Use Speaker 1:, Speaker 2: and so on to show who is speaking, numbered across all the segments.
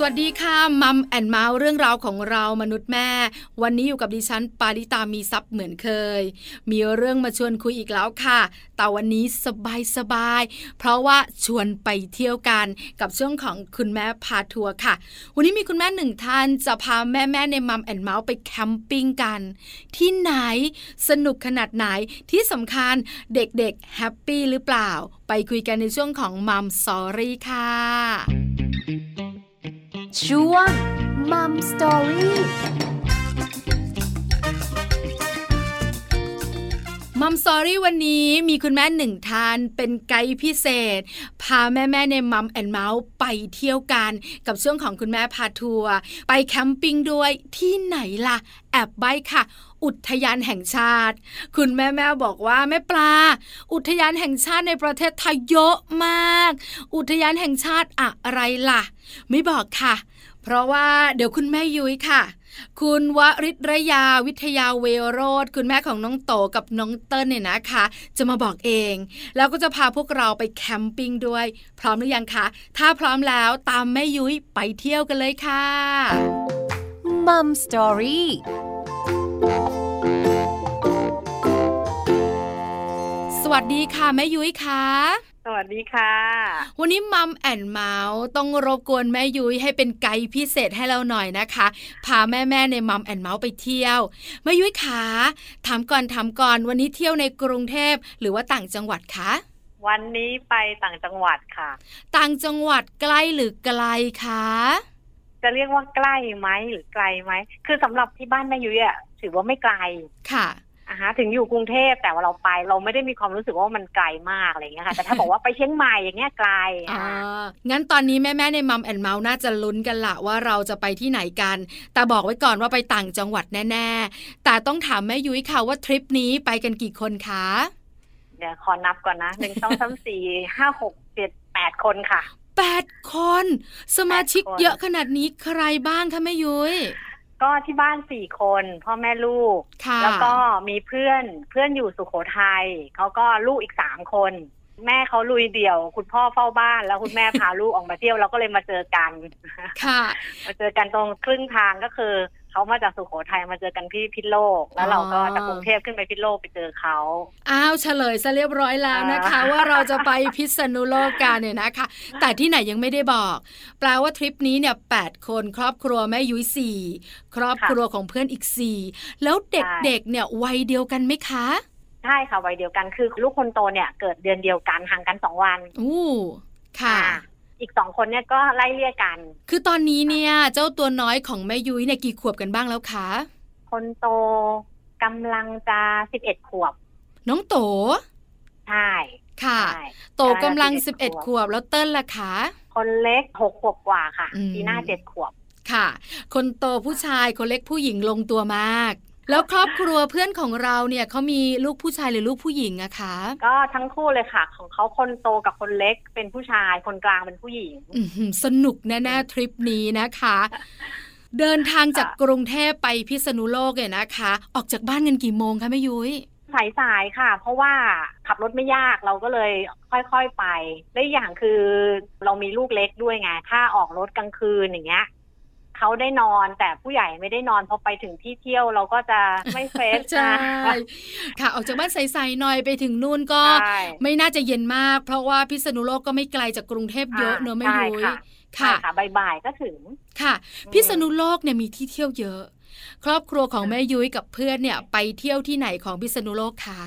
Speaker 1: สวัสดีค่ะมัมแอนเมาส์เรื่องราวของเรามนุษย์แม่ วันนี้อยู่กับดิฉันปาริตามีซัพ์เหมือนเคย มีเรื่องมาชวนคุยอีกแล้วค่ะ แต่วันนี้สบายสบายๆเพราะว่าชวนไปเที่ยวกันกับช่วงของคุณแม่พาทัวร์ค่ะ วันนี้มีคุณแม่หนึ่งท่านจะพาแม่แม่ๆในมัมแอนเมาส์ไปแคมปิ้งกัน ที่ไหนสนุกขนาดไหนที่สำคัญเด็กๆแฮปปี้หรือเปล่า ไปคุยกันในช่วงของมัมสอรี่ค่ะ
Speaker 2: ช่วงมัมสตอรี่
Speaker 1: มัมสอรี่วันนี้มีคุณแม่หนึ่งท่านเป็นไกด์พิเศษ พาแม่แม่ๆในมัมแอนเมาส์ไปเที่ยวกัน กับช่วงของคุณแม่พาทัวร์ไปแคมปิ้งด้วยที่ไหนล่ะ แอบใบค่ะ อุทยานแห่งชาติ คุณแม่แม่ๆบอกว่าแม่ปลา อุทยานแห่งชาติในประเทศไทยเยอะมาก อุทยานแห่งชาติอะไรล่ะ ไม่บอกค่ะ เพราะว่าเดี๋ยวคุณแม่ยุ้ยค่ะ คุณวริศรยาวิทยาเวโรธคุณแม่ของน้องโตกับน้องเติ้ลเนี่ยนะคะ จะมาบอกเอง แล้วก็จะพาพวกเราไปแคมปิ้งด้วย พร้อมหรือยังคะ ถ้าพร้อมแล้วตามแม่ยุ้ยไปเที่ยวกันเลยค่ะ
Speaker 2: มัมสตอรี่
Speaker 1: สวัสดีค่ะแม่ยุ้ยค่ะ
Speaker 3: สวัสดีค่ะ
Speaker 1: วันนี้มัมแอนเมาส์ต้องรบกวนแม่ยุ้ยให้เป็นไกด์พิเศษให้เราหน่อยนะคะ พาแม่แม่ๆในมัมแอนเมาส์ไปเที่ยวแม่ยุ้ยขาถามก่อนถามก่อนวันนี้เที่ยวในกรุงเทพหรือว่าต่างจังหวัดคะ
Speaker 3: วันนี้ไปต่างจังหวัดค่ะ
Speaker 1: ต่างจังหวัดใกล้หรือไกลคะ
Speaker 3: จะเรียกว่าใกล้ไหมหรือไกลไหม คือสำหรับที่บ้านแม่ยุ้ยอ่ะถือว่าไม่ไกล
Speaker 1: ค่ะ
Speaker 3: อะฮะถึงอยู่กรุงเทพแต่ว่าเราไปเราไม่ได้มีความรู้สึกว่ามันไกลมากอะไรอย่างเงี้ยค่ะ แต่ถ้าบอกว่าไปเชียงใหม่อย่างเงี้ยไกล
Speaker 1: อ่า
Speaker 3: อ่ะ
Speaker 1: งั้นตอนนี้แม่ๆในมัมแอนเมาส์น่าจะลุ้นกันละว่าเราจะไปที่ไหนกัน แต่บอกไว้ก่อนว่าไปต่างจังหวัดแน่ๆ แต่ต้องถามแม่ยุ้ยค่ะว่าทริปนี้ไปกันกี่คนคะ
Speaker 3: เดี๋ยวขอนับก่อนนะหนึ่งสองสามสี่ห้าหกเจ็ดแปดคนค่ะ
Speaker 1: 8 คน สมาชิก
Speaker 3: แปดคน
Speaker 1: เยอะขนาดนี้ใครบ้างคะแม่ยุ้ย
Speaker 3: ก็ที่บ้านสี่คนพ่อแม่ลูก
Speaker 1: ค่ะ
Speaker 3: แล้วก็มีเพื่อนเพื่อนอยู่สุโขทัยเขาก็ลูกอีกสามคน แม่เขาลุยเดี่ยว คุณพ่อเฝ้าบ้านแล้วคุณแม่ พาลูกออกมาเที่ยวเราก็เลยมาเจอกัน
Speaker 1: ค่ะ
Speaker 3: มาเจอกันตรงครึ่งทางก็คือเขามาจากสุโขทัยมาเจอกันที่พิษณุโลก แล้วเราก็
Speaker 1: อ๋อ
Speaker 3: จากกรุงเทพขึ้นไปพิษณุโลกไปเจอเขา
Speaker 1: อ้าวเฉลยซะเรียบร้อยแล้วนะคะ
Speaker 3: อ่า
Speaker 1: ว่าเราจะไปพิษณุโลกกันเนี่ยนะคะ แต่ที่ไหนยังไม่ได้บอก แปลว่าทริปนี้เนี่ยแคนครอบครัวแม่ยุ้ยสี่ครอบครัวของเพื่อนอีกสี่แล้วเด็กๆเนี่ยวัยเดียวกันไหมคะ
Speaker 3: ใช่ค่ะวัยเดียวกันคือลูกคนโตเนี่ยเกิดเดือนเดียวกันห่างกันสองวัน
Speaker 1: อู้ค่ะ
Speaker 3: อ่าอีกสองคนเนี่ยก็ไล่เลี่ยกัน
Speaker 1: คือตอนนี้เนี่ยเจ้าตัวน้อยของแม่ยุ้ยเนี่ยกี่ขวบกันบ้างแล้วคะ
Speaker 3: คนโตกำลังจะสิบเอ็ดขวบ
Speaker 1: น้องโต
Speaker 3: ใช่
Speaker 1: ค่ะ
Speaker 3: ใช่
Speaker 1: โตกำลัง
Speaker 3: ใช่ค่ะ
Speaker 1: 11 ขวบแล้วเติ้ลล่ะคะ
Speaker 3: คนเล็กหกขวบกว่าค่ะ
Speaker 1: อืม
Speaker 3: ปีหน้าเจ็ดขวบ
Speaker 1: ค่ะ คนโตผู้ชายคนเล็กผู้หญิงลงตัวมาก แล้วครอบครัวเพื่อนของเราเนี่ยเขามีลูกผู้ชายหรือลูกผู้หญิงอะคะ
Speaker 3: ก็ทั้งคู่เลยค่ะ ของเขาคนโตกับคนเล็กเป็นผู้ชายคนกลางเป็นผู้หญิง
Speaker 1: อื้อหือสนุกแน่ๆทริปนี้นะคะ เดินทางจากกรุงเทพไปพิษณุโลกเนี่ยนะคะ ออกจากบ้านกันกี่โมงคะแม่ยุย้ย
Speaker 3: สายสายๆค่ะ เพราะว่าขับรถไม่ยากเราก็เลยค่อยๆไปและอีกอย่างคือเรามีลูกเล็กด้วยไงถ้าออกรถกลางคืนอย่างเงี้ยเขาได้นอนแต่ผู้ใหญ่ไม่ได้นอนพอไปถึงที่เที่ยวเราก็จะไม่เฟส
Speaker 1: ใช่ค่ะ ออกจากบ้านสายๆหน่อยไปถึงนู่นก็
Speaker 3: ใช่
Speaker 1: ไม่น่าจะเย็นมาก เพราะว่าพิษณุโลกก็ไม่ไกลจากกรุงเทพเยอะเนอะแม่
Speaker 3: ใช่
Speaker 1: ยุ้ย
Speaker 3: ค่ะใช่
Speaker 1: ค่ะ
Speaker 3: ค่ะบ่ายๆก็ถึง
Speaker 1: ค่ะ
Speaker 3: อืม
Speaker 1: พิษณุโลกเนี่ยมีที่เที่ยวเยอะ ครอบครัวของแม่ยุ้ยกับเพื่อนเนี่ยไปเที่ยวที่ไหนของพิษณุโลกคะ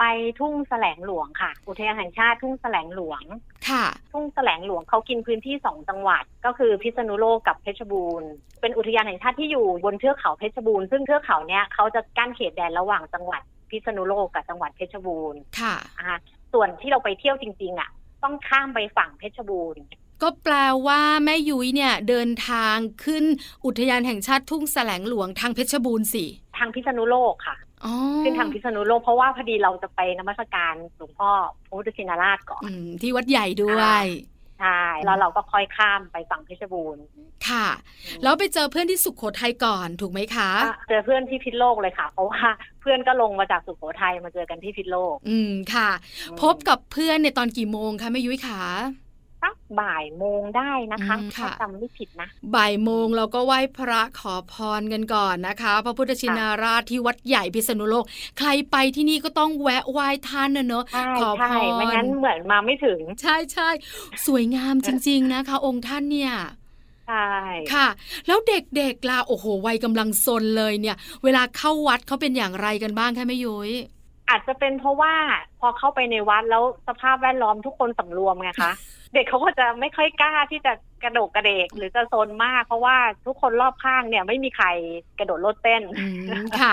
Speaker 3: ไปทุ่งแสลงหลวงค่ะ อุทยานแห่งชาติทุ่งแสลงหลวง
Speaker 1: ค่ะ
Speaker 3: ทุ่งแสลงหลวงเขากินพื้นที่สองจังหวัด ก็คือพิษณุโลกกับเพชรบูรณ์เป็นอุทยานแห่งชาติที่อยู่บนเทือกเขาเพชรบูรณ์ซึ่งเทือกเขาเนี้ยเขาจะกั้นเขตแดนระหว่างจังหวัดพิษณุโลกกับจังหวัดเพชรบูรณ์
Speaker 1: ค่ะ
Speaker 3: นะคะส่วนที่เราไปเที่ยวจริงๆอ่ะต้องข้ามไปฝั่งเพชรบูรณ์
Speaker 1: ก็แปลว่าแม่ยุ้ยเนี่ยเดินทางขึ้นอุทยานแห่งชาติทุ่งแสลงหลวงทางเพชรบูรณ์สิ
Speaker 3: ทางพิษณุโลกค่ะ
Speaker 1: อ๋อ
Speaker 3: ขึ้นทางพิษณุโลกเพราะว่าพอดีเราจะไปนมัสการหลวงพ่อพระพุทธชินราชก่อน
Speaker 1: อืมที่วัดใหญ่ด้วย
Speaker 3: ใ ใช่แล้วเราก็ค่อยข้ามไปฝั่งเพชรบูรณ์
Speaker 1: ค่ะ แล้วไปเจอเพื่อนที่สุขโขทัยก่อนถูกไหมคะ
Speaker 3: อ่ะเจอเพื่อนที่พิษโลกเลยค่ะ เพราะว่าเพื่อนก็ลงมาจากสุโขทัยมาเจอกันที่พิษโลก
Speaker 1: อืมค่ะ พบกับเพื่อนในยตอนกี่โมงคะแม่ยุ้ยคะ
Speaker 3: สักบ่ายโมงได้นะคะ
Speaker 1: อืม
Speaker 3: ถ้า
Speaker 1: ค่ะ
Speaker 3: จำไม่ผิดนะ
Speaker 1: บ่ายโมงเราก็ไหว้พระขอพรกันก่อนนะคะ พระพุทธชินราชที่วัดใหญ่พิษณุโลก ใครไปที่นี่ก็ต้องแวะไหว้ท่านนะเนอะ
Speaker 3: ใช่
Speaker 1: ขอพ
Speaker 3: ใช่
Speaker 1: ร
Speaker 3: ไม่งั้นเหมือนมาไม่ถึง
Speaker 1: ใช่ใช่สวยงามจริง ๆนะคะ องค์ท่านเนี่ย
Speaker 3: ใช่
Speaker 1: ค่ะ แล้วเด็กๆล่ะโอ้โหวัยกำลังซนเลยเนี่ย เวลาเข้าวัดเขาเป็นอย่างไรกันบ้างคะแม่ยุ้ย
Speaker 3: อาจจะเป็นเพราะว่าพอเข้าไปในวัดแล้วสภาพแวดล้อมทุกคนสำรวมไงคะ เด็กเขาก็จะไม่ค่อยกล้าที่จะกระโดดกระเดกหรือจะโซนมาก เพราะว่าทุกคนรอบข้างเนี่ยไม่มีใครกระโดดโลดเต้น
Speaker 1: อืมค่ะ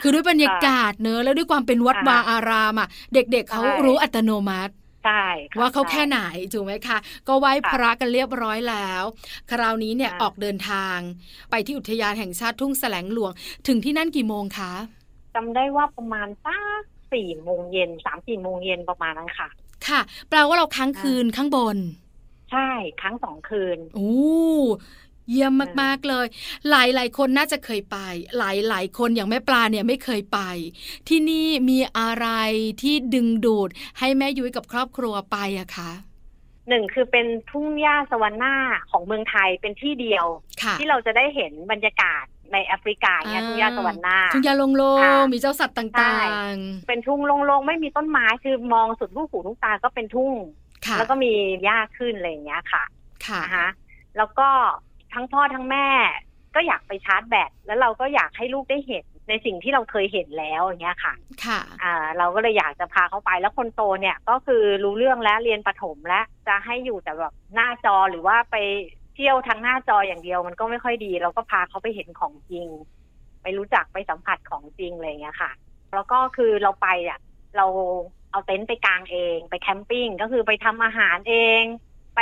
Speaker 1: คือด้วยบรรยากาศเนอะแล้วด้วยความเป็นวัด
Speaker 3: ค่ะ
Speaker 1: วาอารามอ่ะเด็กๆเขา
Speaker 3: ใช่
Speaker 1: รู้อัตโนมัติ
Speaker 3: ใช่ะ
Speaker 1: ว่าเขาแค่
Speaker 3: ใช่
Speaker 1: ไหนถูกไหมคะ ก็ไหว้
Speaker 3: ค่ะ
Speaker 1: พระกันเรียบร้อยแล้ว คราวนี้เนี่ย
Speaker 3: ค่ะ
Speaker 1: ออกเดินทาง ไปที่อุทยานแห่งชาติทุ่งแสลงหลวง ถึงที่นั่นกี่โมงคะ
Speaker 3: จำได้ว่าประมาณสักสี่โมงเย็นสามสี่โมงเย็นประมาณนั้นค่ะ
Speaker 1: ค่ะ แปลว่าเราค้างคืนข้างบน
Speaker 3: ใช่ครั้งสองคืน
Speaker 1: โอ้เยี่ยมมากๆเลย หลายๆ คนน่าจะเคยไป หลายๆ คนอย่างแม่ปลาเนี่ยไม่เคยไป ที่นี่มีอะไรที่ดึงดูดให้แม่ยุ้ยกับครอบครัวไปอะคะ
Speaker 3: หนึ่งคือเป็นทุ่งหญ้าสวรรค์หน้าของเมืองไทยเป็นที่เดียว
Speaker 1: ค่ะ
Speaker 3: ที่เราจะได้เห็นบรรยากาศในแอฟริกาเนี่ย
Speaker 1: อ่า
Speaker 3: ทุ่งหญ้าสวรรค์หน้า
Speaker 1: ทุ่งยาโลงโลง
Speaker 3: ค่ะ
Speaker 1: มีเจ้าสัตว์ต
Speaker 3: ใช่
Speaker 1: ่าง
Speaker 3: เป็นทุ่งโล่งๆไม่มีต้นไม้คือมองสุดลูกหูลูกตาก็เป็นทุ่ง
Speaker 1: ๆ ค่ะ
Speaker 3: แล้วก็มีหญ้าขึ้นอะไรอย่างเงี้ยค่ะ
Speaker 1: ค่ะ
Speaker 3: นะคะแล้วก็ทั้งพ่อทั้งแม่ก็อยากไปชาร์จแบตแล้วเราก็อยากให้ลูกได้เห็นในสิ่งที่เราเคยเห็นแล้วอย่างเงี้ยค่ะ
Speaker 1: ค่ะ
Speaker 3: อ่า เราก็เลยอยากจะพาเขาไปแล้วคนโตเนี่ยก็คือรู้เรื่องแล้วเรียนประถมแล้วจะให้อยู่แต่แบบหน้าจอหรือว่าไปเที่ยวทางหน้าจออย่างเดียว มันก็ไม่ค่อยดี เราก็พาเขาไปเห็นของจริง ไปรู้จักไปสัมผัสของจริงอะไรอย่างเงี้ยค่ะ แล้วก็คือเราไปอ่ะเราเอาเต็นท์ไปกางเอง ไปแคมปิ้งก็คือไปทำอาหารเอง ไป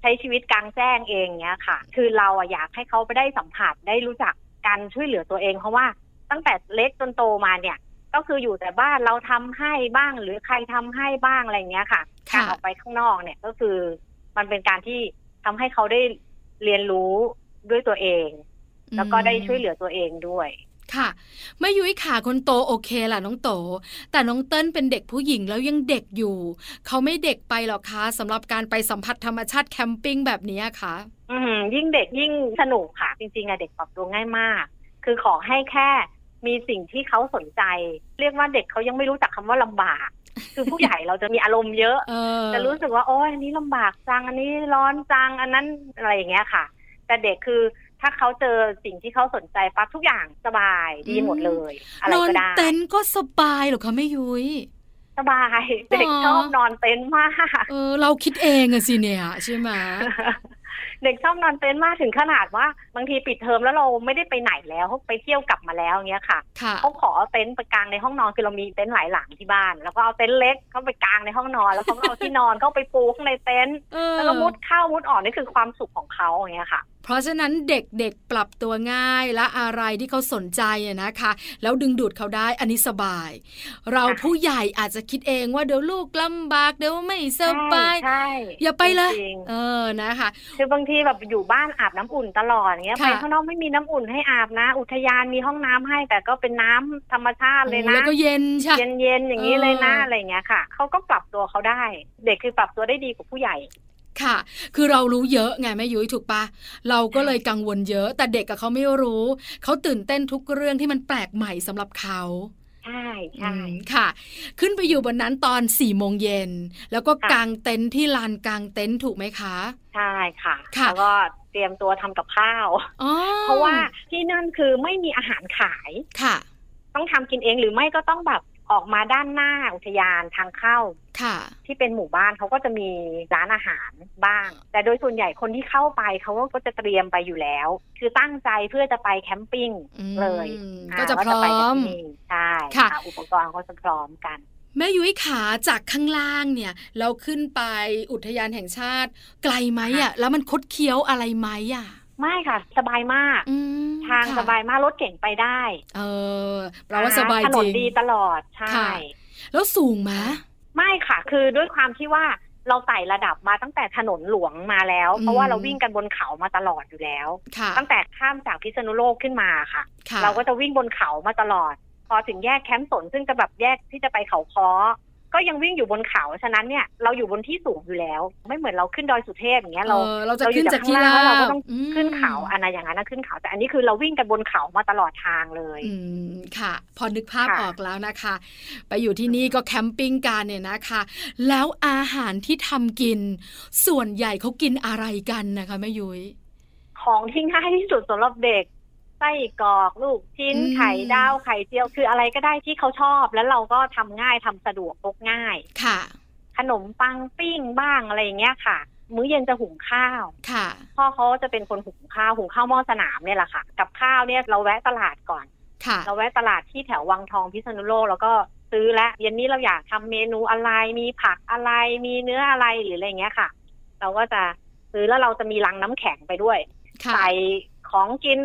Speaker 3: ใช้ชีวิตกลางแจ้งเองเนี้ยค่ะ คือเราอะอยากให้เขาไปได้สัมผัสได้รู้จักการช่วยเหลือตัวเอง เพราะว่าตั้งแต่เล็กจนโตมาเนี่ย ก็คืออยู่แต่บ้านเราทำให้บ้าง หรือใครทำให้บ้างอะไรเงี้ยค่ะ
Speaker 1: ค่ะ
Speaker 3: การออกไปข้างนอกเนี่ยก็คือมันเป็นการที่ทำให้เขาได้เรียนรู้ด้วยตัวเอง แล้วก็ได้ช่วยเหลือตัวเองด้วย
Speaker 1: ค่ะแม่ยุ้ยขาคนโตโอเคล่ะน้องโต แต่น้องเติ้ลเป็นเด็กผู้หญิงแล้วยังเด็กอยู่ เขาไม่เด็กไปหรอกคะสำหรับการไปสัมผัสธรรมชาติแคมปิ้งแบบนี้ค่ะ
Speaker 3: อืมยิ่งเด็กยิ่งสนุกค่ะ จริงๆอะเด็กปรับตัวง่ายมาก คือขอให้แค่มีสิ่งที่เขาสนใจ เรียกว่าเด็กเขายังไม่รู้จักคำว่าลำบาก คือผู้ใหญ่เราจะมีอารมณ์เยอะ
Speaker 1: เออ
Speaker 3: จะรู้สึกว่าโอ้ยอันนี้ลำบากจังอันนี้ร้อนจังอันนั้นอะไรอย่างเงี้ยค่ะ แต่เด็กคือถ้าเขาเจอสิ่งที่เขาสนใจปั๊บทุกอย่างสบายดีหมดเลย อะไร
Speaker 1: นอน
Speaker 3: ก็ได้
Speaker 1: เต็นท์ก็สบายเหรอคะแม่ยุ้ย
Speaker 3: สบายเด็กชอบนอนเต็นท์มาก
Speaker 1: เออ เราคิดเองอะสิเนี่ยใช่ไหม
Speaker 3: เด็กชอบนอนเต็นท์มากถึงขนาดว่า บางทีปิดเทอมแล้วเราไม่ได้ไปไหนแล้วไปเที่ยวกลับมาแล้วเงี้ยค่ะ
Speaker 1: ค่ะ
Speaker 3: เขาขอเอาเต็นท์ไปกางในห้องนอนคือเรามีเต็นท์หลายหลังที่บ้าน แล้วก็เอาเต็นท์เล็กเขาไปกางในห้องนอน แล้วเขาก็เอาที่นอนเขาไปปูข้างในเต็นท์
Speaker 1: เออ
Speaker 3: แล้วก็มุดเข้ามุดออกนี่คือความสุขของเขาอย่างเงี้ยค่ะ
Speaker 1: เพราะฉะนั้นเด็กๆปรับตัวง่ายและอะไรที่เขาสนใจอะนะคะ แล้วดึงดูดเขาได้อันนี้สบาย เรา
Speaker 3: ค่ะ
Speaker 1: ผู้ใหญ่อาจจะคิดเองว่าเดี๋ยวลูกลำบากเดี๋ยวไม่สบาย
Speaker 3: ใช่ใช่
Speaker 1: อย่าไปเลย
Speaker 3: จริง
Speaker 1: เออนะคะ
Speaker 3: ๆคือบางทีแบบอยู่บ้านอาบน้ำอุ่นตลอดเงี้ย
Speaker 1: ค่ะ
Speaker 3: ไปข้างนอกไม่มีน้ำอุ่นให้อาบนะ อุทยานมีห้องน้ำให้ แต่ก็เป็นน้ำธรรมชาติเลยนะ
Speaker 1: แล้วก็เย็นใช่
Speaker 3: เย็นเย็นๆอย่างนี้เลยนะ
Speaker 1: เอออ
Speaker 3: อะไรอย่างเงี้ยค่ะเขาก็ปรับตัวเขาได้ เด็กคือปรับตัวได้ดีกว่าผู้ใหญ่
Speaker 1: ค่ะ คือเรารู้เยอะไงแม่ยุ้ยถูกปะเราก็เลยกังวลเยอะ แต่เด็กกับเขาไม่รู้ เขาตื่นเต้นทุกเรื่องที่มันแปลกใหม่สำหรับเขา
Speaker 3: ใช่
Speaker 1: อื
Speaker 3: ใช่
Speaker 1: มค่ะ ขึ้นไปอยู่บนนั้นตอน4ี่โมงเย็น แล้วก็
Speaker 3: ค่ะ
Speaker 1: กางเต็นท์ที่ลานกางเต็นท์ถูกไหมคะ
Speaker 3: ใช่ค่ะ
Speaker 1: ค่ะ
Speaker 3: แล้วก็เตรียมตัวทำกับข้าว
Speaker 1: อ๋อ
Speaker 3: เพราะว่าที่นั่นคือไม่มีอาหารขาย
Speaker 1: ค่ะ
Speaker 3: ต้องทำกินเองหรือไม่ก็ต้องแบบออกมาด้านหน้าอุทยานทางเข้า
Speaker 1: ค่ะ
Speaker 3: ที่เป็นหมู่บ้านเขาก็จะมีร้านอาหารบ้าง แต่โดยส่วนใหญ่คนที่เข้าไปเขาก็จะเตรียมไปอยู่แล้ว คือตั้งใจเพื่อจะไปแคมปิ้ง
Speaker 1: อืม
Speaker 3: เลย
Speaker 1: ก็จะ
Speaker 3: า
Speaker 1: พร้อม
Speaker 3: ว่าไปกันที่นี่ใช่
Speaker 1: ค่ะ
Speaker 3: ค่ะ อุปกรณ์เขาจะพร้อมกัน
Speaker 1: แม่ยุ้ยขาจากข้างล่างเนี่ย เราขึ้นไปอุทยานแห่งชาติ ไกลไหมอ่ะ แล้วมันคดเคี้ยวอะไรไหมอ่ะ
Speaker 3: ไม่ค่ะ สบายมาก
Speaker 1: อืม
Speaker 3: ทาง
Speaker 1: ค่ะ
Speaker 3: สบายมากรถเก่งไปได้
Speaker 1: เออแปลว่าสบาย
Speaker 3: ถน
Speaker 1: จ
Speaker 3: น
Speaker 1: ริง
Speaker 3: ดีตลอดใช่
Speaker 1: ค่ะ แล้วสูงไหม
Speaker 3: ไม่ค่ะ คือด้วยความที่ว่า เราไต่ระดับมาตั้งแต่ถนนหลวงมาแล้ว
Speaker 1: อืม
Speaker 3: เพราะว่าเราวิ่งกันบนเขามาตลอดอยู่แล้ว
Speaker 1: ค่ะ
Speaker 3: ตั้งแต่ข้ามจากพิษณุโลกขึ้นมาค่ะ
Speaker 1: ค่ะ
Speaker 3: เราก็จะวิ่งบนเขามาตลอด พอถึงแยกแคมป์สนซึ่งจะแบบแยกที่จะไปเขาค้อก็ยังวิ่งอยู่บนเขาฉะนั้นเนี่ยเราอยู่บนที่สูงอยู่แล้ว ไม่เหมือนเราขึ้นดอยสุเทพอย่างเงี้ยเรา
Speaker 1: เออเราจะ
Speaker 3: เราอยู่
Speaker 1: ขึ้นจากที่
Speaker 3: จากข้างล่างแล้วเราก็ต้อง
Speaker 1: อืม
Speaker 3: ขึ้นเขาอันนั้นอย่างนั้นนะขึ้นเขา แต่อันนี้คือเราวิ่งกันบนเขามาตลอดทางเลย
Speaker 1: อืมค่ะ พอนึกภาพอ
Speaker 3: ค่ะ
Speaker 1: อกแล้วนะคะ ไปอยู่ที่นี่ก็แคมปิ้งกันเนี่ยนะคะ แล้วอาหารที่ทำกิน ส่วนใหญ่เขากินอะไรกันนะคะแม่ยุย้ย
Speaker 3: ของที่ง่ายที่สุดสำหรับเด็กไส้กรอกลูกชิ้น
Speaker 1: อืม
Speaker 3: ไข่ดาวไข่เจียวคืออะไรก็ได้ที่เขาชอบ แล้วเราก็ทำง่ายทำสะดวกพกง่าย
Speaker 1: ค่ะ
Speaker 3: ขนมปังปิ้งบ้างอะไรอย่างเงี้ยค่ะ มื้อเย็นจะหุงข้าว
Speaker 1: ค่ะ
Speaker 3: พ่อเขาจะเป็นคนหุงข้าวหุงข้าวหม้อสนามเนี่ยแหละค่ะ กับข้าวเนี่ยเราแวะตลาดก่อน
Speaker 1: ค่ะ
Speaker 3: เราแวะตลาดที่แถววังทองพิษณุโลกแล้วก็ซื้อและเย็นนี้เราอยากทำเมนูอะไร มีผักอะไร มีเนื้ออะไรหรืออะไรอย่างเงี้ยค่ะ เราก็จะซื้อแล้วเราจะมีลังน้ำแข็งไปด้วย
Speaker 1: ค่ะ
Speaker 3: ใส่ของกิน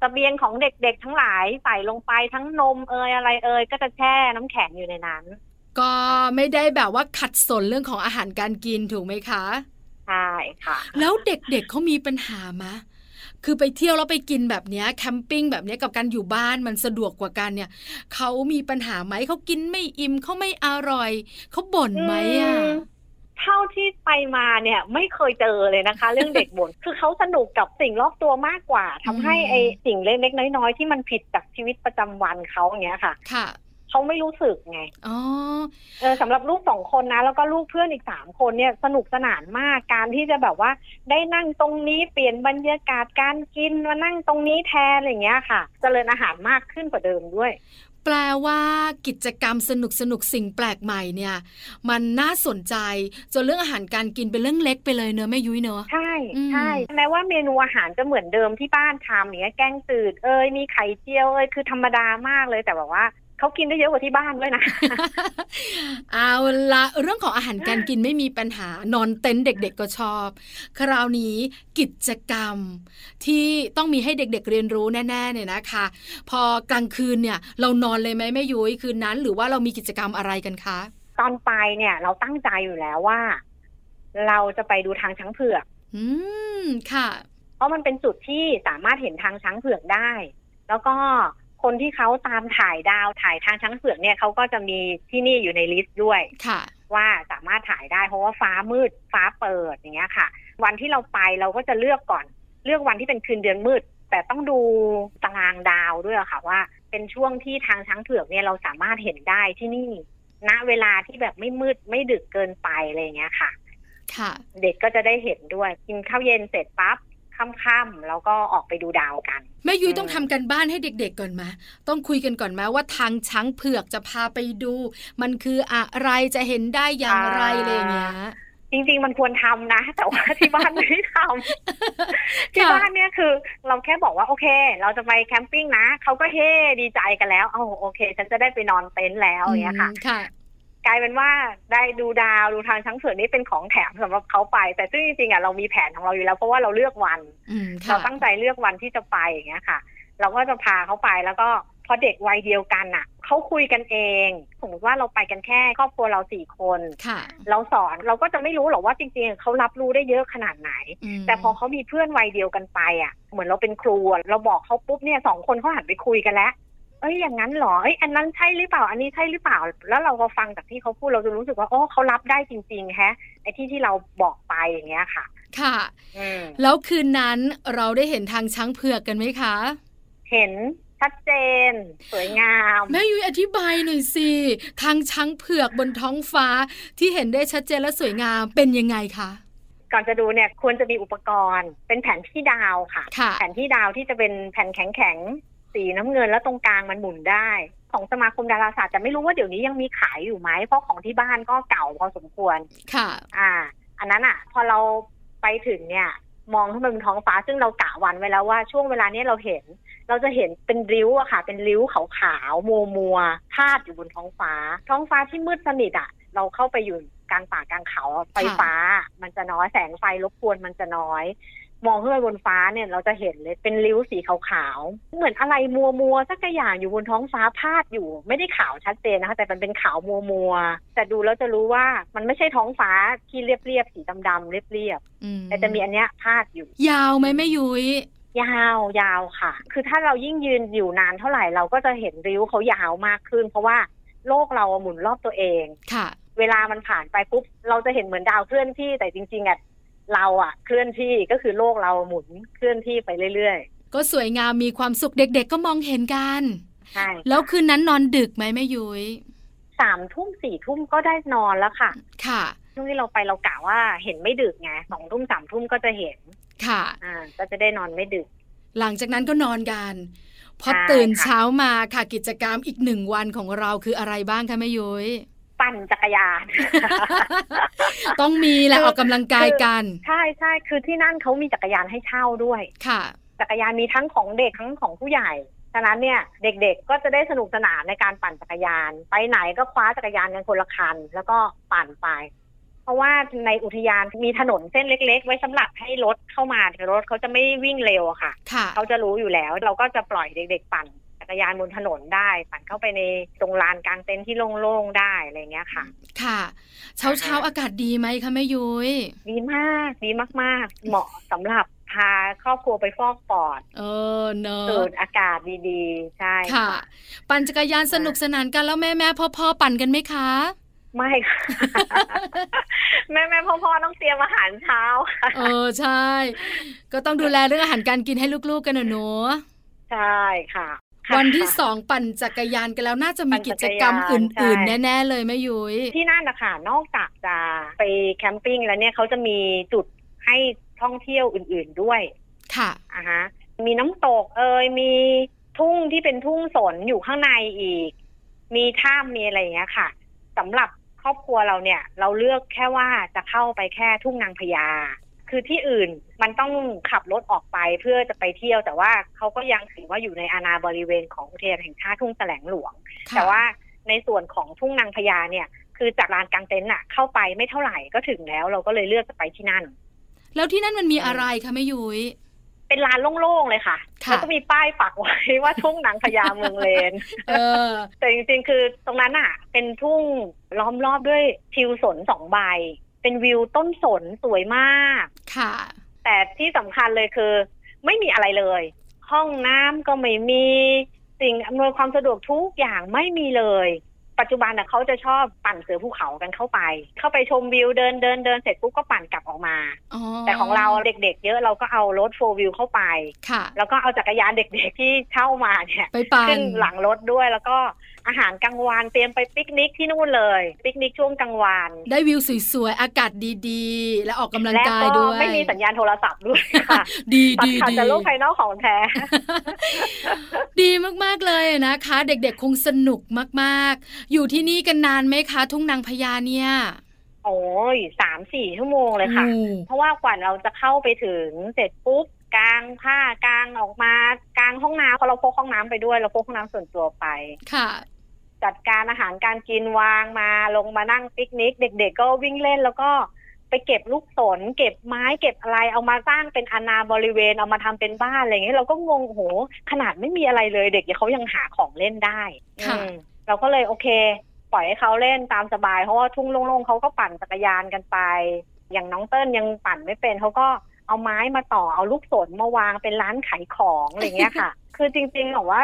Speaker 3: เสบียงของเด็กๆทั้งหลายใส่ลงไปทั้งนมเอยอะไรเอยก็จะแช่น้ำแข็งอยู่ในนั้น
Speaker 1: ก็ไม่ได้แบบว่าขัดสนเรื่องของอาหารการกินถูกไหมคะ
Speaker 3: ใช่ค่ะ
Speaker 1: แล้วเด็กๆเขามีปัญหามะ คือไปเที่ยวแล้วไปกินแบบเนี้ยแคมปิ้งแบบเนี้ยกับการอยู่บ้านมันสะดวกกว่ากันเนี่ย เขามีปัญหาไหมเขากินไม่อิ่มเขาไม่อร่อย เขาบ่นไหมอ่ะ
Speaker 3: อืมเท่าที่ไปมาเนี่ยไม่เคยเจอเลยนะคะ เรื่องเด็กบ่น คือเขาสนุกกับสิ่งรอบตัวมากกว่าทำให้
Speaker 1: อืม
Speaker 3: ไอสิ่งเล็กๆน้อยๆที่มันผิดจากชีวิตประจำวันเขาอย่างเงี้ยค่ะ
Speaker 1: ค่ะ
Speaker 3: เขาไม่รู้สึกไง
Speaker 1: อ๋อ
Speaker 3: เออสำหรับลูกสองคนนะ แล้วก็ลูกเพื่อนอีกสามคนเนี่ยสนุกสนานมากการที่จะแบบว่า ได้นั่งตรงนี้เปลี่ยนบรรยากาศการกินมานั่งตรงนี้แทนอะไรอย่างเงี้ยค่ะ เจริญอาหารมากขึ้นกว่าเดิมด้วย
Speaker 1: แปลว่ากิจกรรมสนุกสนุกๆสิ่งแปลกใหม่เนี่ย มันน่าสนใจจนเรื่องอาหารการกินเป็นเรื่องเล็กไปเลยเนอะแม่ยุ้ยเนอะ
Speaker 3: ใช่
Speaker 1: อืม
Speaker 3: ใช่แม้ว่าเมนูอาหารจะเหมือนเดิมที่บ้านทำอย่างเงี้ยแกงจืดเอ้ยมีไข่เจียวเอ้ยคือธรรมดามากเลยแต่แบบว่าเขากินได้เยอะกว่าที่บ้านด้วย นะ
Speaker 1: เอาละเรื่องของอาหารการกินไม่มีปัญหานอนเต็นท์เด็ก ๆ ก็ชอบ คราวนี้กิจกรรมที่ต้องมีให้เด็กๆเรียนรู้แน่ๆเนี่ยนะคะ พอกลางคืนเนี่ย เรานอนเลยไหมแม่ยุ้ยคืนนั้น หรือว่าเรามีกิจกรรมอะไรกันคะ
Speaker 3: ตอนไปเนี่ยเราตั้งใจอยู่แล้วว่า เราจะไปดูทางช้างเผือก
Speaker 1: อืมค่ะ
Speaker 3: เพราะมันเป็นจุดที่สามารถเห็นทางช้างเผือกได้ แล้วก็คนที่เขาตามถ่ายดาวถ่ายทางช้างเผือกเนี่ยเขาก็จะมีที่นี่อยู่ในลิสต์ด้วย
Speaker 1: ค่ะ
Speaker 3: ว่าสามารถถ่ายได้เพราะว่าฟ้ามืดฟ้าเปิดอย่างเงี้ยค่ะ วันที่เราไปเราก็จะเลือกก่อน เลือกวันที่เป็นคืนเดือนมืด แต่ต้องดูตารางดาวด้วยอะค่ะว่า เป็นช่วงที่ทางช้างเผือกเนี่ยเราสามารถเห็นได้ที่นี่ ณเวลาที่แบบไม่มืดไม่ดึกเกินไปอะไรอย่างเงี้ยค่ะ
Speaker 1: ค่ะ
Speaker 3: เด็กก็จะได้เห็นด้วยกินข้าวเย็นเสร็จปั๊บค่ำๆแล้วก็ออกไปดูดาวกัน
Speaker 1: แม่ยุ้ย
Speaker 3: อืม
Speaker 1: ต้องทำกันบ้านให้เด็กๆก่อนไหมต้องคุยกันก่อนไหมว่าทางช้างเผือกจะพาไปดู มันคืออะไรจะเห็นได้อย่างไรอะไรอย่างเงี้ย
Speaker 3: จริง ๆ มันควรทำนะ แต่ว่าที่บ้านไม่ได้ท ำที่บ้านเนี่ยคือ เราแค่บอกว่าโอเค เราจะไปแคมปิ้งนะเขาก็เฮ้ดีใจกันแล้วเอ้าโอเค ฉันจะได้ไปนอนเต็นท์แล้วอย่างเงี้ยค่ะ
Speaker 1: มค่ะ
Speaker 3: กลายเป็นว่าได้ดูดาวดูทางช้างเผือกนี่เป็นของแถมสำหรับเขาไป แต่ซึ่งจริงๆอ่ะเรามีแผนของเราอยู่แล้วเพราะว่าเราเลือกวัน
Speaker 1: อืมค่ะ
Speaker 3: เราตั้งใจเลือกวันที่จะไปอย่างเงี้ยค่ะ เราก็จะพาเขาไปแล้วก็พอเด็กวัยเดียวกันน่ะเขาคุยกันเอง สมมติว่าเราไปกันแค่ครอบครัวเราสี่คน
Speaker 1: ค่ะ
Speaker 3: เราสอนเราก็จะไม่รู้หรอกว่าจริงๆ เขารับรู้ได้เยอะขนาดไหน
Speaker 1: ม
Speaker 3: แต่พอเขามีเพื่อนวัยเดียวกันไปอ่ะ เหมือนเราเป็นครูอะเราบอกเขาปุ๊บเนี่ยสองคนเขาหันไปคุยกันแล้ว เอ้ยอย่างนั้นเหรอเอ้ยอันนั้นใช่หรือเปล่า อันนี้ใช่หรือเปล่า แล้วเราก็ฟังจากที่เขาพูดเราจะรู้สึกว่าโอ้เขารับได้จริงๆแฮะไอ้ที่ที่เราบอกไปอย่างเงี้ยค่ะ
Speaker 1: ค่ะ
Speaker 3: อืม
Speaker 1: แล้วคืนนั้นเราได้เห็นทางช้างเผือกกันไหมคะ
Speaker 3: เห็นชัดเจน สวยงาม
Speaker 1: แม่ยุ้ยอธิบายหน่อยสิทางช้างเผือกบนท้องฟ้าที่เห็นได้ชัดเจนและสวยงามเป็นยังไงคะ
Speaker 3: ก่อนจะดูเนี่ยควรจะมีอุปกรณ์ เป็นแผนที่ดาวค่ะ
Speaker 1: ค่ะ
Speaker 3: แผ่นที่ดาวที่จะเป็นแผ่นแข็งๆ สีน้ำเงินแล้วตรงกลางมันหมุนได้ ของสมาคมดาราศาสตร์แต่ไม่รู้ว่าเดี๋ยวนี้ยังมีขายอยู่ไหม เพราะของที่บ้านก็เก่าพอสมควร
Speaker 1: ค่ะ
Speaker 3: อ่า อันนั้นอ่ะ พอเราไปถึงเนี่ย มองขึ้นไปบนท้องฟ้าซึ่งเรากะวันไว้แล้วว่าช่วงเวลาเนี้ยเราเห็น เราจะเห็นเป็นริ้วอะค่ะ เป็นริ้วขาวๆมัวมัวๆพาดอยู่บนท้องฟ้า ท้องฟ้าที่มืดสนิทอะเราเข้าไปอยู่กลางป่ากลางเขาอะไฟฟ้า มันจะน้อยแสงไฟรบกวนมันจะน้อย มองขึ้นไปบนฟ้าเนี่ยเราจะเห็นเลยเป็นริ้วสีขาวๆ เหมือนอะไรมัวมัวๆสักอย่างอยู่บนท้องฟ้าพาดอยู่ ไม่ได้ขาวชัดเจนนะคะ แต่มันเป็นขาวมัวมัวๆแต่ดูแล้วจะรู้ว่ามันไม่ใช่ท้องฟ้าที่เรียบๆสีดำๆเรียบ
Speaker 1: อื
Speaker 3: ๆแต่จะมีอันเนี้ยพาดอยู่
Speaker 1: ยาวไหมแม่ยุ้ย
Speaker 3: ยาวยาวค่ะ คือถ้าเรายิ่งยืนอยู่นานเท่าไหร่เราก็จะเห็นริ้วเขายาวมากขึ้น เพราะว่าโลกเราอะหมุนรอบตัวเอง
Speaker 1: ค่ะ
Speaker 3: เวลามันผ่านไปปุ๊บเราจะเห็นเหมือนดาวเคลื่อนที่แต่จริงๆอ่ะเราอ่ะ เคลื่อนที่ก็คือโลกเราหมุนเคลื่อนที่ไปเรื่อย
Speaker 1: ก็สวยงามมีความสุขเด็กๆ ก็มองเห็นกัน
Speaker 3: ๆใช่
Speaker 1: แล้วคืนนั้นนอนดึกไหมแม่ยุ้ย
Speaker 3: สามทุ่มสี่ทุ่มก็ได้นอนแล้วค่ะ
Speaker 1: ค่ะ
Speaker 3: ช่วงที่เราไปเรากะว่าเห็นไม่ดึกไงสองทุ่มสามทุ่มก็จะเห็น
Speaker 1: ค่ะ
Speaker 3: อ่า ก็จะได้นอนไม่ดึก
Speaker 1: หลังจากนั้นก็นอนกันพอ
Speaker 3: ใช่
Speaker 1: ตื่น
Speaker 3: ค่ะ
Speaker 1: เช้ามาค่ะกิจกรรมอีกหนึ่งวันของเราคืออะไรบ้างคะแม่ยุ้ ย
Speaker 3: ปั่นจักรยาน
Speaker 1: ต้องมีแหละ
Speaker 3: คือ
Speaker 1: ออกกำลังกายกัน
Speaker 3: ใช่ใช่คือที่นั่นเขามีจักรยานให้เช่าด้วย
Speaker 1: ค่ะ
Speaker 3: จักรยานมีทั้งของเด็กทั้งของผู้ใหญ่ ฉะนั้นเนี่ยเด็กๆ ก็จะได้สนุกสนานในการปั่นจักรยาน ไปไหนก็คว้าจักรยานกันคนละคัน แล้วก็ปั่นไป เพราะว่าในอุทยานมีถนนเส้นเล็ก ๆ ไว้สำหรับให้รถเข้ามาแต่รถเขาจะไม่วิ่งเร็วอะค่ะ
Speaker 1: ค่ะ
Speaker 3: เขาจะรู้อยู่แล้ว เราก็จะปล่อยเด็ก ๆ ปั่นจักรยานบนถนนได้ ปั่นเข้าไปในตรงลานกลางเต็นท์ที่โล่งๆได้อะไรอย่างเงี้ยค่ะ
Speaker 1: ค่ะ เช้าเช้าๆอากาศดีไหมคะแม่ยุ้ย
Speaker 3: ดีมากดีมากๆ เหมาะสำหรับพาครอบครัวไปฟอกปอด
Speaker 1: เออเนอะ
Speaker 3: สูดอากาศดีๆ ใช่
Speaker 1: ค่ะ
Speaker 3: ค่ะ
Speaker 1: ปั่นจักรยานสนุกสนานกันแล้วแม่แม่พ่อพ่อๆปั่นกันไหมคะ
Speaker 3: ไม่ ค่ะ แม่แม่พ่อพ่อต้องเตรียมอาหารเช้าค่ะ
Speaker 1: เออใช่ ก็ต้องดูแลเรื่องอาหารการกินให้ลูกๆกันนะเนอะ
Speaker 3: ใช่ค่ะ
Speaker 1: วันที่สองปั่นจักรยานกันแล้วน่าจะมี
Speaker 3: ปั่นจั
Speaker 1: กิ
Speaker 3: กรยา
Speaker 1: จ
Speaker 3: น
Speaker 1: กรรมอื่น
Speaker 3: ใช่
Speaker 1: ๆ แน่ ๆ เลยแม่ยุ้ย
Speaker 3: ที่นั่นนะคะนอกจากจะไปแคมปิ้งแล้วเนี่ยเขาจะมีจุดให้ท่องเที่ยวอื่นๆด้วย
Speaker 1: ค่ะ
Speaker 3: อ่ะฮะ มีน้ำตกเอยมีทุ่งที่เป็นทุ่งสนอยู่ข้างในอีก มีถ้ำมีอะไรอย่างเงี้ยค่ะสำหรับครอบครัวเราเนี่ย เราเลือกแค่ว่าจะเข้าไปแค่ทุ่งนางพญาคือที่อื่นมันต้องขับรถออกไปเพื่อจะไปเที่ยว แต่ว่าเขาก็ยังถือว่าอยู่ในอาณาบริเวณของอุทยานแห่งชาติทุ่งแสลงหลวง
Speaker 1: ค่ะ
Speaker 3: แต่ว่าในส่วนของทุ่งนางพญาเนี่ย คือจากลานกลางเต็นท์น่ะเข้าไปไม่เท่าไหร่ก็ถึงแล้ว เราก็เลยเลือกจะไปที่นั่น
Speaker 1: แล้วที่นั่นมันมีอะไรคะแม่ยุ้ย
Speaker 3: เป็นลานโล่งๆเลยค่ะ
Speaker 1: ค่ะ
Speaker 3: แล้วก็มีป้ายปักไว้ว่าทุ่งนางพญาเมืองเลน
Speaker 1: เออ
Speaker 3: แต่จริงๆ คือตรงนั้นอ่ะ เป็นทุ่งล้อมรอบด้วยทิวสนสองใบ เป็นวิวต้นสนสวยมาก
Speaker 1: ค่ะ
Speaker 3: แต่ที่สำคัญเลยคือ ไม่มีอะไรเลย ห้องน้ำก็ไม่มีสิ่งอำนวยความสะดวกทุกอย่างไม่มีเลย ปัจจุบันนะเขาจะชอบปั่นเสือภูเขากันเข้าไป เข้าไปชมวิวเดินเดินเดินเสร็จปุ๊บก็ปั่นกลับออกมา
Speaker 1: อ๋
Speaker 3: แต่ของเราเด็กๆ เยอะเราก็เอารถโฟวิวเข้าไป
Speaker 1: ค่ะ
Speaker 3: แล้วก็เอาจักรยานเด็กๆที่เช่ามาเนี่ย
Speaker 1: ไปปั่
Speaker 3: ขึ้
Speaker 1: น
Speaker 3: นหลังรถด้วยแล้วก็อาหารกลางวันเตรียมไปปิกนิกที่นู่นเลย ปิกนิกช่วงกลางวัน
Speaker 1: ได้วิวสวยๆ อากาศดีๆ และออกกำลัง
Speaker 3: และ
Speaker 1: กาย
Speaker 3: ก็
Speaker 1: ด้วย
Speaker 3: ไม่มีสัญญาณโทรศัพท์ด้วย ค่ะ
Speaker 1: ดี
Speaker 3: ตัด
Speaker 1: ดี
Speaker 3: ขาด
Speaker 1: ดี
Speaker 3: จากโลกภายนอกของแท้
Speaker 1: ดีมากๆเลยนะคะ เด็กๆ คงสนุกมากๆ อยู่ที่นี่กันนานไหมคะ ทุ่งนางพญาเนี่ย
Speaker 3: โอ้ยสามสี่ชั่วโมงเลยค่ะ
Speaker 1: โอ้
Speaker 3: เพราะว่ากว่าเราจะเข้าไปถึงเสร็จปุ๊บกางผ้ากางออกมากางห้องน้ำเพราะเราพกห้องน้ำไปด้วย เราพกห้องน้ำส่วนตัวไป
Speaker 1: ค่ะ
Speaker 3: จัดการอาหารการกินวางมาลงมานั่งปิกนิก เด็ก ๆ ก็วิ่งเล่นแล้วก็ไปเก็บลูกสน เก็บไม้เก็บอะไรเอามาสร้างเป็นอาณาบริเวณเอามาทำเป็นบ้านอะไรอย่างเงี้ยเราก็งงโอ้โหขนาดไม่มีอะไรเลยเด็กเขายังหาของเล่นได้
Speaker 1: ค่ะ
Speaker 3: อืมเราก็เลยโอเค ปล่อยให้เขาเล่นตามสบายเพราะว่าทุ่งโล่งๆเขาก็ปั่นจักรยานกันไป อย่างน้องเติ้ลยังปั่นไม่เป็นเขาก็เอาไม้มาต่อเอาลูกสนมาวางเป็นร้านขายของอะไรอย่างเงี้ย ค่ะ คือจริงๆบอกว่า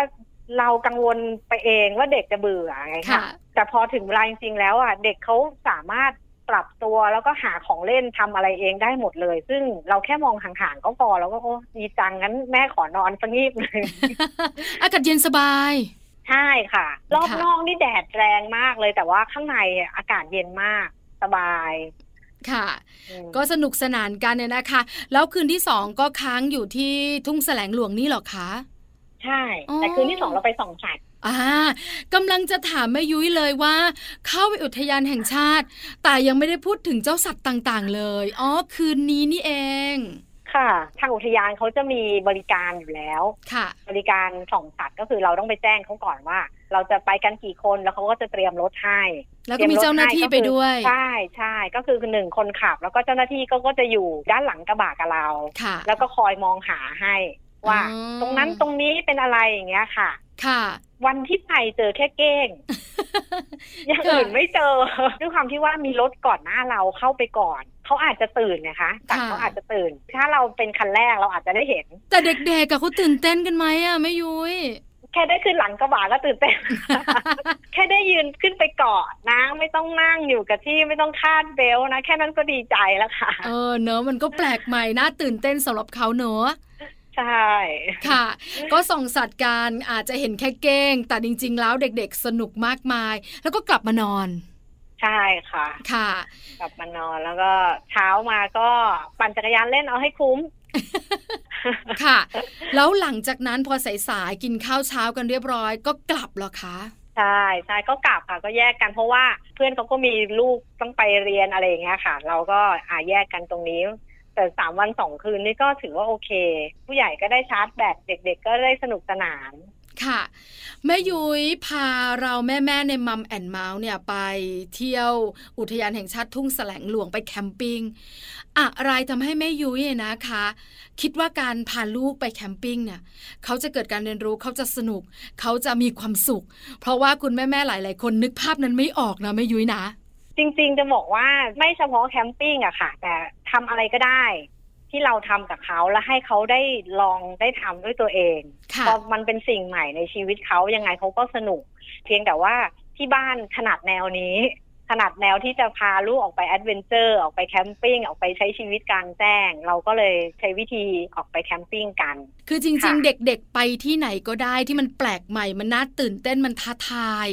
Speaker 3: เรากังวลไปเองว่าเด็กจะเบื่อไง
Speaker 1: ค่ะ
Speaker 3: ค่ะ แต่พอถึงเวลาจริงๆแล้วอ่ะเด็กเขาสามารถปรับตัวแล้วก็หาของเล่นทำอะไรเองได้หมดเลย ซึ่งเราแค่มองห่างๆก็พอแล้วก็โอ้ดีจังงั้นแม่ขอนอนสักงีบหนึ่ง
Speaker 1: อากาศเย็นสบาย
Speaker 3: ใช่ค่ะ รอบ
Speaker 1: ค่ะ
Speaker 3: นอกนี่แดดแรงมากเลย แต่ว่าข้างในอากาศเย็นมากสบาย
Speaker 1: ค่ะ
Speaker 3: อืม
Speaker 1: ก็สนุกสนานกันเนี่ยนะคะ แล้วคืนที่สองก็ค้างอยู่ที่ทุ่งแสลงหลวงนี่เหรอคะ
Speaker 3: ใช่
Speaker 1: อ๋อ
Speaker 3: แต่คืนที่สองเราไปสองสัตว์
Speaker 1: อ่ากำลังจะถามแม่ยุ้ยเลยว่า เข้าไปอุทยานแห่งชาติ แต่ยังไม่ได้พูดถึงเจ้าสัตว์ต่างๆ เลย อ๋อ คืนนี้นี่เอง
Speaker 3: ค่ะ ทางอุทยานเขาจะมีบริการอยู่แล้ว
Speaker 1: ค่ะ
Speaker 3: บริการสองสัตว์ก็คือเราต้องไปแจ้งเขาก่อนว่า เราจะไปกันกี่คนแล้วเขาก็จะเตรียมรถให้
Speaker 1: แล้วก็มีเจ้าหน้าที่ไปด้วย
Speaker 3: ใช่ใช่ ก็คือหนึ่งคนขับ แล้วก็เจ้าหน้าที่ก็ก็จะอยู่ด้านหลังกระบะกับเรา
Speaker 1: ค่ะ
Speaker 3: แล้วก็คอยมองหาให้ ว่า
Speaker 1: อืม
Speaker 3: ตรงนั้นตรงนี้เป็นอะไรอย่างเงี้ยค่ะ
Speaker 1: ค่ะ
Speaker 3: วันที่ไปเจอแค่เก้ ง อย่างอื่นไม่เจอ ด้วยความที่ว่ามีรถก่อนหน้าเราเข้าไปก่อน เขาอาจจะตื่นนะคะแต่เขาอาจจะตื่น ถ้าเราเป็นคันแรกเราอาจจะได้เห็น
Speaker 1: แต่เด็กๆกับเขาตื่นเต้นกันไหมอ่ะแม่ยุ้ย
Speaker 3: แค่ได้ขึ้นหลังกระบะก็ตื่นเต้น แค่ได้ยืนขึ้นไปเกาะนะ ไม่ต้องนั่งอยู่กับที่ไม่ต้องคาดเบลต์นะ แค่นั้นก็ดีใจแล้วค่ะ
Speaker 1: เออเนอะมันก็แปลกใหม่น่าตื่นเต้นสำหรับเขาเนอะ
Speaker 3: ใช่
Speaker 1: ค่ะ ก็ส่องสัตว์กันอาจจะเห็นแค่เก้ง แต่จริง ๆ แล้วเด็กๆ สนุกมากมาย แล้วก็กลับมานอน
Speaker 3: ใช่ค่ะ
Speaker 1: ค่ะ
Speaker 3: กลับมานอนแล้วก็เช้ามาก็ปั่นจักรยานเล่นเอาให้คุ้ม
Speaker 1: ค่ะ แล้วหลังจากนั้นพอสายๆกินข้าวเช้ากันเรียบร้อย ก็กลับเหรอคะ
Speaker 3: ใช่ใช่ก็กลับค่ะก็แยกกันเพราะว่าเพื่อนเขาก็มีลูกต้องไปเรียนอะไรอย่างเงี้ยค่ะ เราก็อ่าแยกกันตรงนี้ แต่สามวันสองคืนนี่ก็ถือว่าโอเค ผู้ใหญ่ก็ได้ชาร์จแบตเด็ก ๆ ก็ได้สนุกสนาน
Speaker 1: ค่ะ แม่ยุ้ยพาเราแม่แม่ๆในมัมแอนเมาส์เนี่ยไปเที่ยวอุทยานแห่งชาติทุ่งแสลงหลวงไปแคมปิง้งอะไรทำให้แม่ยุ้ยเนี่ยนะคะ คิดว่าการพาลูกไปแคมปิ้งเนี่ยเขาจะเกิดการเรียนรู้เขาจะสนุก เขาจะมีความสุข เพราะว่าคุณแม่แม่ๆหลาย ๆ คนนึกภาพนั้นไม่ออกนะแม่ยุ้ยนะ
Speaker 3: จริงๆจะบอกว่าไม่เฉพาะแคมปิ้งอะค่ะ แต่ทำอะไรก็ได้ ที่เราทำกับเขาและให้เขาได้ลองได้ทำด้วยตัวเอง
Speaker 1: ค่ะ
Speaker 3: พอมันเป็นสิ่งใหม่ในชีวิตเขายังไงเขาก็สนุก เพียงแต่ว่าที่บ้านถนัดแนวนี้ถนัดแนวที่จะพาลูกออกไปแอดเวนเจอร์ออกไปแคมปิ้งออกไปใช้ชีวิตกลางแจ้ง เราก็เลยใช้วิธีออกไปแคมปิ้งกัน
Speaker 1: คือจริง
Speaker 3: ค่ะ
Speaker 1: ๆ เด็ก ๆ ไปที่ไหนก็ได้ที่มันแปลกใหม่มันน่าตื่นเต้นมันท้าทาย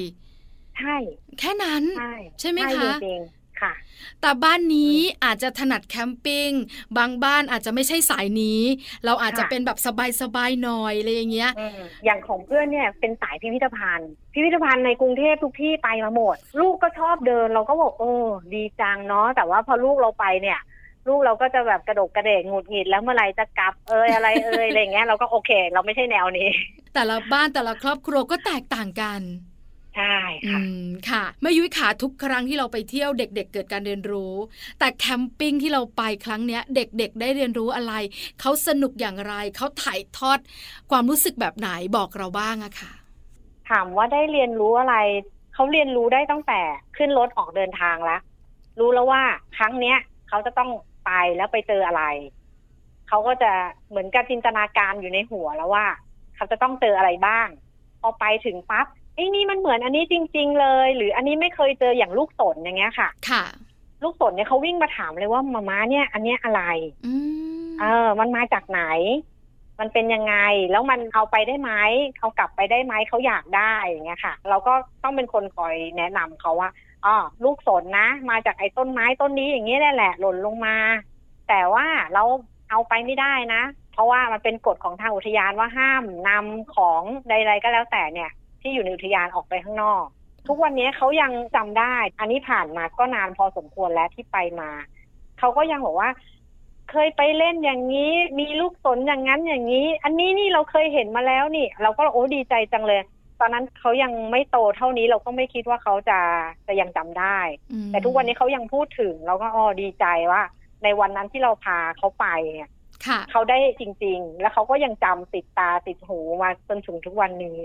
Speaker 3: ใช่
Speaker 1: แค่นั้น
Speaker 3: ใช่
Speaker 1: ใช่ไหมคะ
Speaker 3: ใช่จริงๆค่ะ
Speaker 1: แต่บ้านนี้อาจจะถนัดแคมปิง้งบางบ้านอาจจะไม่ใช่สายนี้ เราอาจจะ
Speaker 3: ค่ะ
Speaker 1: เป็นแบบสบายๆหน่อยอะไรอย่างเงี้ย
Speaker 3: อืมอย่างของเพื่อนเนี่ยเป็นสายพิพิธภัณฑ์ พิพิธภัณฑ์ในกรุงเทพทุกที่ไปมาหมด ลูกก็ชอบเดินเราก็บอกโอ้ดีจังเนาะแต่ว่าพอลูกเราไปเนี่ย ลูกเราก็จะแบบกระโดกกระเดกหงุดหงิดแล้วเมื่อไหรจะกลับเอยอะไรเอยอะไรอย่างเงี้ยเราก็โอเค เราไม่ใช่แนวนี้
Speaker 1: แต่ละบ้านแต่ละครอบครัวก็แตกต่างกัน
Speaker 3: ใช่
Speaker 1: อื
Speaker 3: ค่ะ
Speaker 1: มค่ะแม่ยุ้ยขาทุกครั้งที่เราไปเที่ยวเด็ก ๆ เกิดการเรียนรู้ แต่แคมปิ้งที่เราไปครั้งเนี้ย เด็ก ๆ ได้เรียนรู้อะไรเขาสนุกอย่างไรเขาถ่ายทอด ความรู้สึกแบบไหนบอกเราบ้างอะค่ะ
Speaker 3: ถามว่าได้เรียนรู้อะไร เขาเรียนรู้ได้ตั้งแต่ขึ้นรถออกเดินทางแล้ว รู้แล้วว่าครั้งเนี้ย เขาจะต้องไปแล้วไปเจออะไร เขาก็จะเหมือนกับจินตนาการอยู่ในหัวแล้วว่า เขาจะต้องเจออะไรบ้าง พอไปถึงปั๊บไอ้ยนี่มันเหมือนอันนี้จริง ๆ เลย หรืออันนี้ไม่เคยเจออย่างลูกสนอย่างเงี้ยค่ะ
Speaker 1: ค่ะ
Speaker 3: ลูกสนเนี่ยเขาวิ่งมาถามเลยว่ามาม้าเนี่ย อันเนี้ยอะไร
Speaker 1: อืม
Speaker 3: เออ มันมาจากไหน มันเป็นยังไง แล้วมันเอาไปได้ไหมเอากลับไปได้ไหมเขาอยากได้อย่างเงี้ยค่ะ เราก็ต้องเป็นคนคอยแนะนำเขาว่าอ๋อลูกสนนะ มาจากไอ้ต้นไม้ต้นนี้อย่างเงี้ยนั่นแหละ หล่นลงมา แต่ว่าเราเอาไปไม่ได้นะ เพราะว่ามันเป็นกฎของทางอุทยานว่าห้ามนำของใดๆก็แล้วแต่เนี่ย ที่อยู่ในอุทยานออกไปข้างนอก ทุกวันนี้เขายังจำได้ อันนี้ผ่านมาก็นานพอสมควรแล้วที่ไปมา เขาก็ยังบอกว่า เคยไปเล่นอย่างนี้ มีลูกสนอย่างนั้นอย่างนี้ อันนี้นี่เราเคยเห็นมาแล้วนี่ เราก็โอ้ดีใจจังเลย ตอนนั้นเขายังไม่โตเท่านี้เราก็ไม่คิดว่าเขาจะจะยังจำได้
Speaker 1: ม
Speaker 3: แต่ทุกวันนี้เขายังพูดถึง เราก็อ๋อดีใจว่า ในวันนั้นที่เราพาเขาไปเนี่ย
Speaker 1: ค่ะ
Speaker 3: เขาได้จริง ๆ แล้วเขาก็ยังจำติดตาติดหูมาจนถึงทุกวันนี้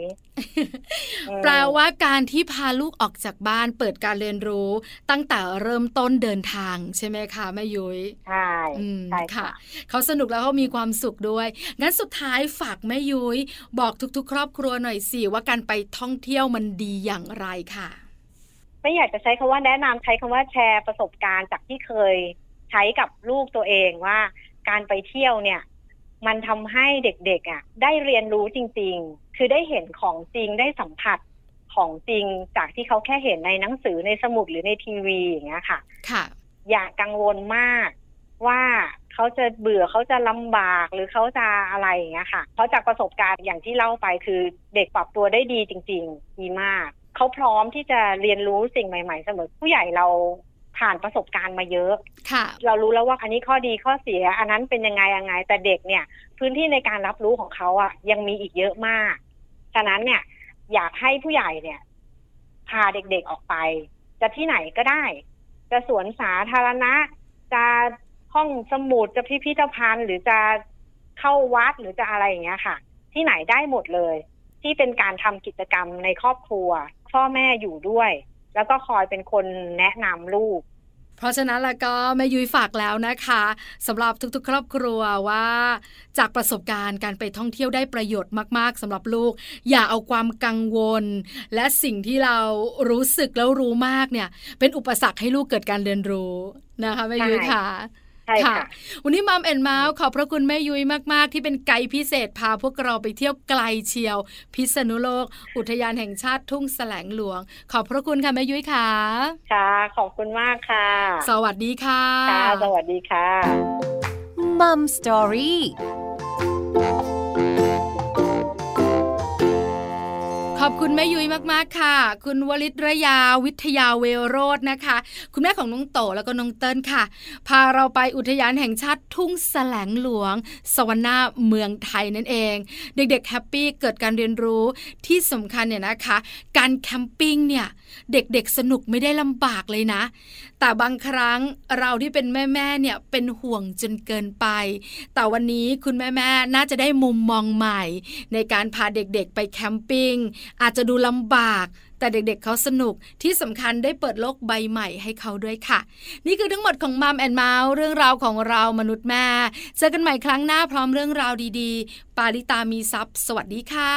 Speaker 3: อืม
Speaker 1: แปลว่าการที่พาลูกออกจากบ้านเปิดการเรียนรู้ ตั้งแต่เริ่มต้นเดินทางใช่ไหมคะแม่ยุย้ย
Speaker 3: ใช่
Speaker 1: อืม
Speaker 3: ใช่
Speaker 1: ค่ะ เขาสนุกแล้วเขามีความสุขด้วย งั้นสุดท้ายฝากแม่ยุย้ยบอกทุกๆ ครอบครัวหน่อยสิว่าการไปท่องเที่ยวมันดีอย่างไรค่ะ
Speaker 3: ไม่อยากจะใช้คำว่าแนะนำใช้คำว่าแชร์ประสบการณ์จากที่เคยใช้กับลูกตัวเองว่า การไปเที่ยวเนี่ย มันทำให้เด็กๆอ่ะ ได้เรียนรู้จริง ๆ คือได้เห็นของจริงได้สัมผัสของจริงจากที่เขาแค่เห็นในหนังสือในสมุดหรือในทีวีอย่างเงี้ยค่ะ
Speaker 1: ค่ะ
Speaker 3: อย่ากังวลมากว่าเขาจะเบื่อเขาจะลำบากหรือเขาจะอะไรอย่างเงี้ยค่ะ เพราะจากประสบการณ์อย่างที่เล่าไปคือเด็กปรับตัวได้ดีจริง ๆ ดีมาก เขาพร้อมที่จะเรียนรู้สิ่งใหม่ ๆ เสมอผู้ใหญ่เราผ่านประสบการณ์มาเยอะ
Speaker 1: ค่ะ
Speaker 3: เรารู้แล้วว่าอันนี้ข้อดีข้อเสีย อันนั้นเป็นยังไงยังไง แต่เด็กเนี่ย พื้นที่ในการรับรู้ของเขาอะยังมีอีกเยอะมาก ฉะนั้นเนี่ย อยากให้ผู้ใหญ่เนี่ย พาเด็กๆออกไป จะที่ไหนก็ได้ ไป จะสวนสาธารณะ จะห้องสมุดจะพิพิธภัณฑ์ หรือจะเข้าวัดหรือจะอะไรอย่างเงี้ยค่ะ ที่ไหนได้หมดเลย ที่เป็นการทำกิจกรรมในครอบครัว พ่อแม่อยู่ด้วย แล้วก็คอยเป็นคนแนะนำลูก
Speaker 1: เพราะฉะนั้นแล้วก็แม่ยุ้ยฝากแล้วนะคะสำหรับทุกๆ ครอบครัวว่า จากประสบการณ์การไปท่องเที่ยวได้ประโยชน์มากๆสำหรับลูก อย่าเอาความกังวล และสิ่งที่เรารู้สึกแล้วรู้มากเนี่ย เป็นอุปสรรคให้ลูกเกิดการเรียนรู้นะคะแม่ยุ้ย
Speaker 3: ใช่
Speaker 1: ค่ะ
Speaker 3: ใช่ค่ะ
Speaker 1: วันนี้มัมแอนเมาส์ขอบพระคุณแม่ยุ้ยมาก ๆ ที่เป็นไกด์พิเศษพาพวกเราไปเที่ยวไกลเชียว พิษณุโลก อุทยานแห่งชาติทุ่งแสลงหลวง ขอบพระคุณค่ะแม่ยุ้ยค่ะ
Speaker 3: ค่ะ ขอบคุณมากค่ะ
Speaker 1: สวัสดีค่ะ
Speaker 3: ค่ะ สวัสดีค่ะ
Speaker 2: มัมสตอรี่
Speaker 1: ขอบคุณแม่ยุ้ยมากๆค่ะ คุณวลิตรยาวิทยาเวโรจน์นะคะ คุณแม่ของน้องโตแล้วก็น้องเติ้ลค่ะ พาเราไปอุทยานแห่งชาติทุ่งแสลงหลวง สวรรณาเมืองไทยนั่นเอง เด็กๆแฮปปี้เกิดการเรียนรู้ที่สำคัญเนี่ยนะคะ การแคมปิ้งเนี่ยเด็กๆสนุกไม่ได้ลำบากเลยนะ แต่บางครั้งเราที่เป็นแม่ๆเนี่ยเป็นห่วงจนเกินไป แต่วันนี้คุณแม่ๆน่าจะได้มุมมองใหม่ ในการพาเด็กๆไปแคมปิ้งอาจจะดูลำบาก แต่เด็กๆเขาสนุกที่สำคัญได้เปิดโลกใบใหม่ให้เขาด้วยค่ะ นี่คือทั้งหมดของมัมแอนเมาส์เรื่องราวของเรามนุษย์แม่ เจอกันใหม่ครั้งหน้าพร้อมเรื่องราวดีๆ ปาริตามีซัพ์สวัสดีค่ะ